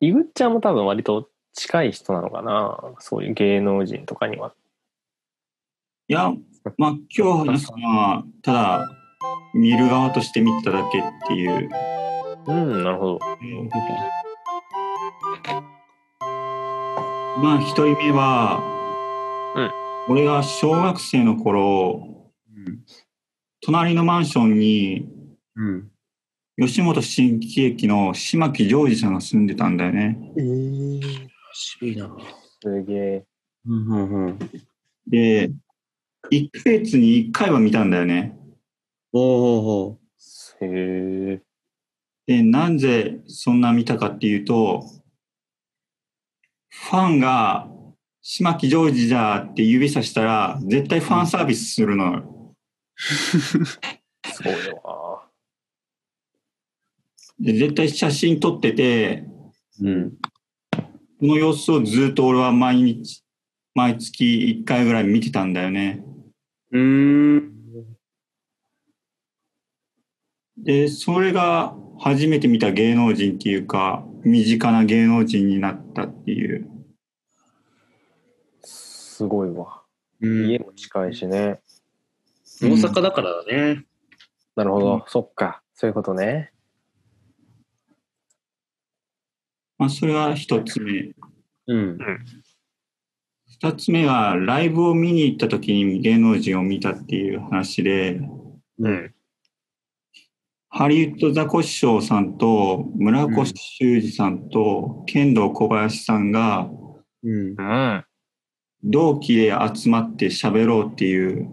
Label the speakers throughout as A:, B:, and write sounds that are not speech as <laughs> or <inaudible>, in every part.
A: イグッちゃんも多分割と近い人なのかな。そういう芸能人とかには。
B: いや、まあ今日話すのは、ただ、見る側として見てただけっていう。
A: うん、なるほど。
B: まあ一人目は、俺が小学生の頃、隣のマンションに
C: うん。
B: 吉本新喜劇の島木ジョージさんが住んでたんだよね。
C: えー、渋いな。
A: すげえ。
C: うんうんうん。
B: で、1ヶ月に1回は見たんだよね。
C: おお。
A: へえ。
B: で、なんでそんな見たかっていうと、ファンが島木ジョージじゃーって指さしたら、絶対ファンサービスするのよ。
A: そうよ
B: で絶対写真撮ってて、
C: うん。
B: この様子をずっと俺は毎日、毎月1回ぐらい見てたんだよね。
C: うーん。
B: で、それが初めて見た芸能人っていうか、身近な芸能人になったっていう。
A: な。すごいわ。
C: うん
A: 家も近いしね。
C: 大阪だからだね。
A: なるほど。
B: うん
A: そっか。そういうことね。
B: まあ、それが一つ目。
C: うん。
B: 二つ目は、ライブを見に行った時に芸能人を見たっていう話で、
A: うん。
B: ハリウッドザコシショウさんと村越修二さんと剣道小林さんが
C: うん。
A: うん。
B: 同期で集まって喋ろうっていう、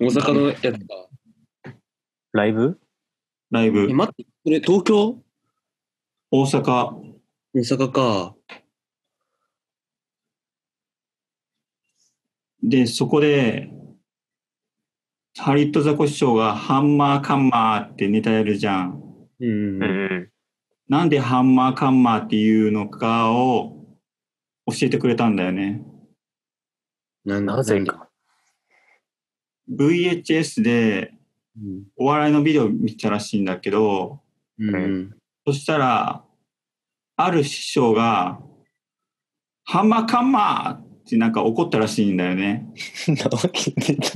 C: 大阪のやつか。
A: ライブ
B: ライブ
C: え、、待って、これ東京
B: 大阪、
C: 大阪か。
B: で、そこで、ハリウッドザコシショウがハンマーカンマーってネタやるじゃん。
C: うん
A: う。ん。
B: なんでハンマーカンマーっていうのかを教えてくれたんだよね。
C: な
A: なぜか。
B: VHS で
C: うん。
B: お笑いのビデオ見てたらしいんだけど、
C: うん。
B: そしたら、ある師匠が、ハンマーカンマーってなんか怒ったらしいんだよね。
A: なわけねえだ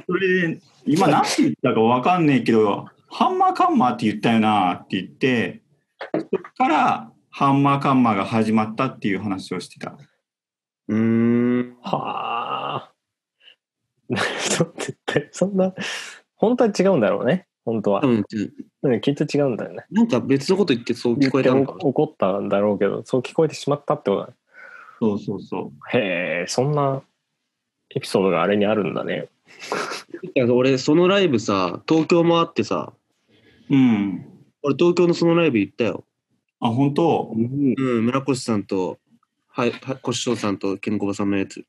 A: ろ。
B: それで、今何て言ったかわかんねえけど、ハンマーカンマーって言ったよなって言って、そっからハンマーカンマーが始まったっていう話をしてた。
C: うん。
A: <laughs> はあ。 <laughs> そう絶対そんな、本当は違うんだろうね。本当は
C: 多。分、
A: うん、きっと違うんだよね。
C: なんか別のこと言ってそう
A: 言
C: 聞
A: っ
C: こえ
A: て
C: たの
A: お
C: かも。
A: 怒ったんだろうけど、そう聞こえてしまったってことだね。
B: そうそうそう。
A: へえ、そんなエピソードがあれにあるんだね。
C: 俺、そのライブさ、東京もあってさ、
B: うん。
C: 俺、東京のそのライブ行ったよ。
B: あ、本
A: <laughs>
B: 当
A: うん。
C: うん、村越さんと、はい、は越翔さんと、ケンコバさんのやつ。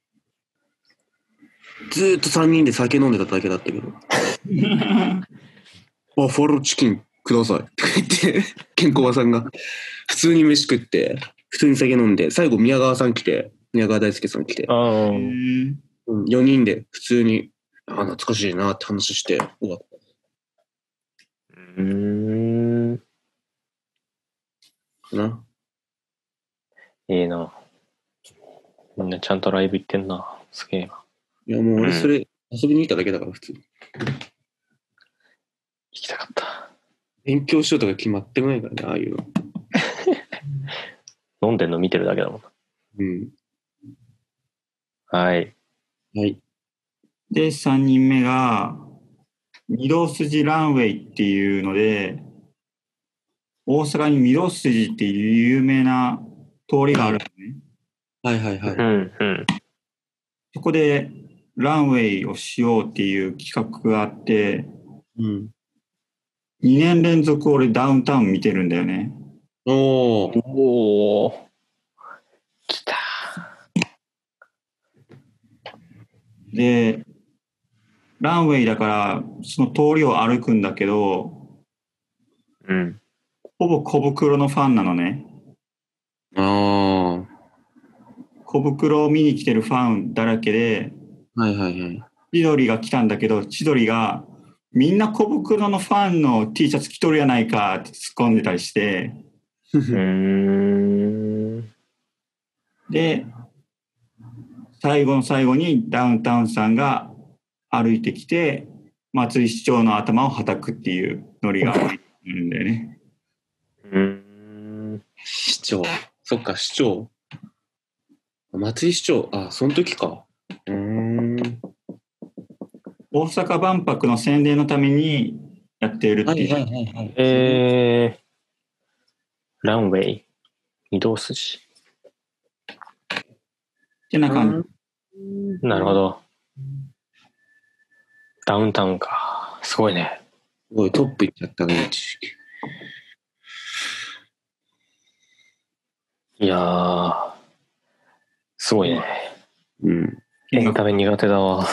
C: ずーっと3人で酒飲んでただけだったけど、バッファローチキンくださいって言って、ケンコバさんが、普通に飯食って、普通に酒飲んで、最後、宮川さん来て、宮川大輔さん来て、
A: あ
B: へ
A: ー
B: え
C: うん、4人で普通に、あ、懐かしいなって話して終わった。
A: うーん。
C: かな。
A: いいな。みんなちゃんとライブ行ってんな。すげえな。
C: いや、もう
A: うん
C: 俺、それ、遊びに行っただけだから、普通に。
A: 行きたかった。
C: 勉強しようとか決まってこないからね、ああいうの。
A: 飲んでんの見てるだけだもん。
C: うん。
A: はい。
C: はい。
B: で、3人目が、御堂筋ランウェイっていうので、大阪に御堂筋っていう有名な通りがあるのね。
C: はいはいは
A: う
C: い。
A: んうん。
B: そこでランウェイをしようっていう企画があって、
C: うん。
B: 2年連続俺ダウンタウン見てるんだよね。
C: おー。
A: おお。来た。
B: で、ランウェイだからその通りを歩くんだけど、
A: うん。
B: ほぼ小袋のファンなのね。
C: あー。
B: 小袋を見に来てるファンだらけで、
C: はいはいはい。
B: 千鳥が来たんだけど、千鳥が、みんな小袋のファンの T シャツ着とるやないかって突っ込んでたりして、
A: うーん。
B: で、最後の最後にダウンタウンさんが歩いてきて、松井市長の頭をはたくっていうノリがあるんだよね。
A: うーん。
C: 市長。そっか、市長。松井市長。あ、その時か。うーん。
B: 大阪万博の宣伝のためにやっているっていう。
C: はいはい。
A: えー、ランウェイ、移動筋。
B: てな感じ。
A: なるほど。ダウンタウンか。すごいね。
C: すごい、トップいっちゃったね、知識。
A: いやー、すごいね。
C: うん。
A: エンタメ苦手だわ。